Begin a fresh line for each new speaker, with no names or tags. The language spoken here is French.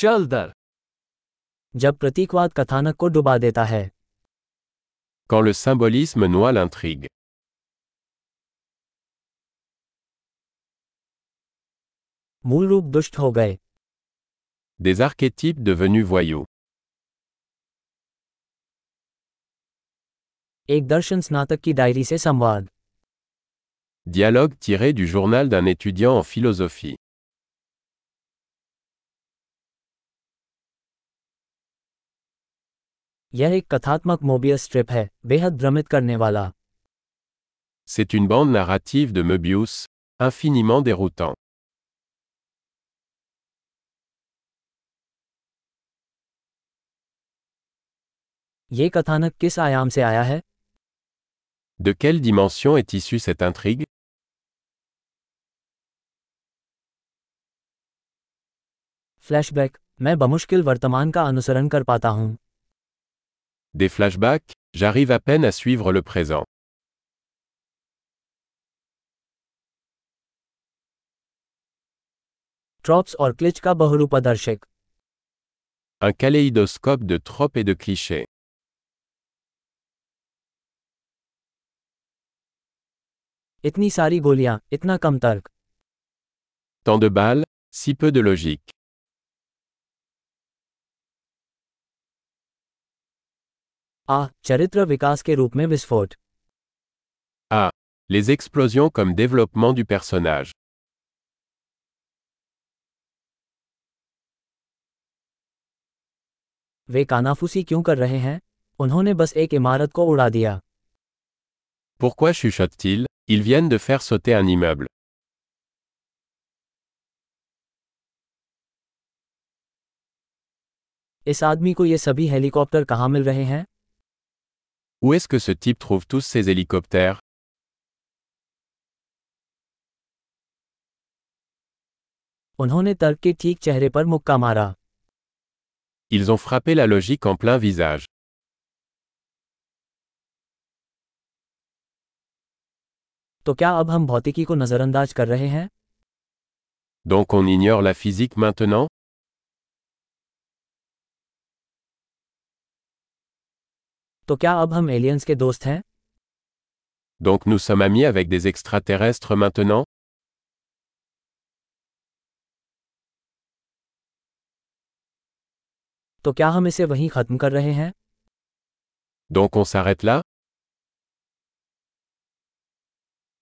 चल दर
जब प्रतीकवाद कथानक को डुबा देता है
Quand le symbolisme noie l'intrigue.
मूल रूप दुष्ट हो गए
Des archétypes devenus voyous.
एक दर्शन स्नातक की डायरी से संवाद
Dialogue tiré du journal d'un étudiant en philosophie.
यह एक कथात्मक मोबियस स्ट्रिप है बेहद भ्रमित करने वाला
C'est une bande narrative de Möbius, infiniment déroutant.
ये कथानक किस आयाम से आया है
De quelle dimension est issue cette intrigue
flashback मैं बमुश्किल वर्तमान का अनुसरण कर पाता हूँ
Des flashbacks J'arrive à peine à suivre le présent.
Tropes और क्लिच का बहुरूपदर्शक
Un kaléidoscope de tropes et de clichés.
इतनी सारी गोलियाँ इतना कम तर्क
Tant de balles, si peu de logique.
आह चरित्र विकास के रूप में विस्फोट
Les explosions comme développement du personnage.
वे कानाफूसी क्यों कर रहे हैं उन्होंने बस एक इमारत को उड़ा दिया
Pourquoi chuchotent-ils Ils viennent de faire sauter un immeuble.
इस आदमी को ये सभी हेलीकॉप्टर कहाँ मिल रहे हैं
Où est-ce que ce type trouve tous ces hélicoptères
उन्होंने तर्क के ठीक चेहरे पर मुक्का मारा
Ils ont frappé la logique en plein visage.
तो क्या अब हम भौतिकी को नज़रअंदाज कर रहे हैं
Donc on ignore la physique maintenant
तो क्या अब हम एलियंस के दोस्त हैं
Donc nous sommes amis avec des extraterrestres maintenant
तो क्या हम इसे वहीं खत्म कर रहे हैं
Donc on s'arrête là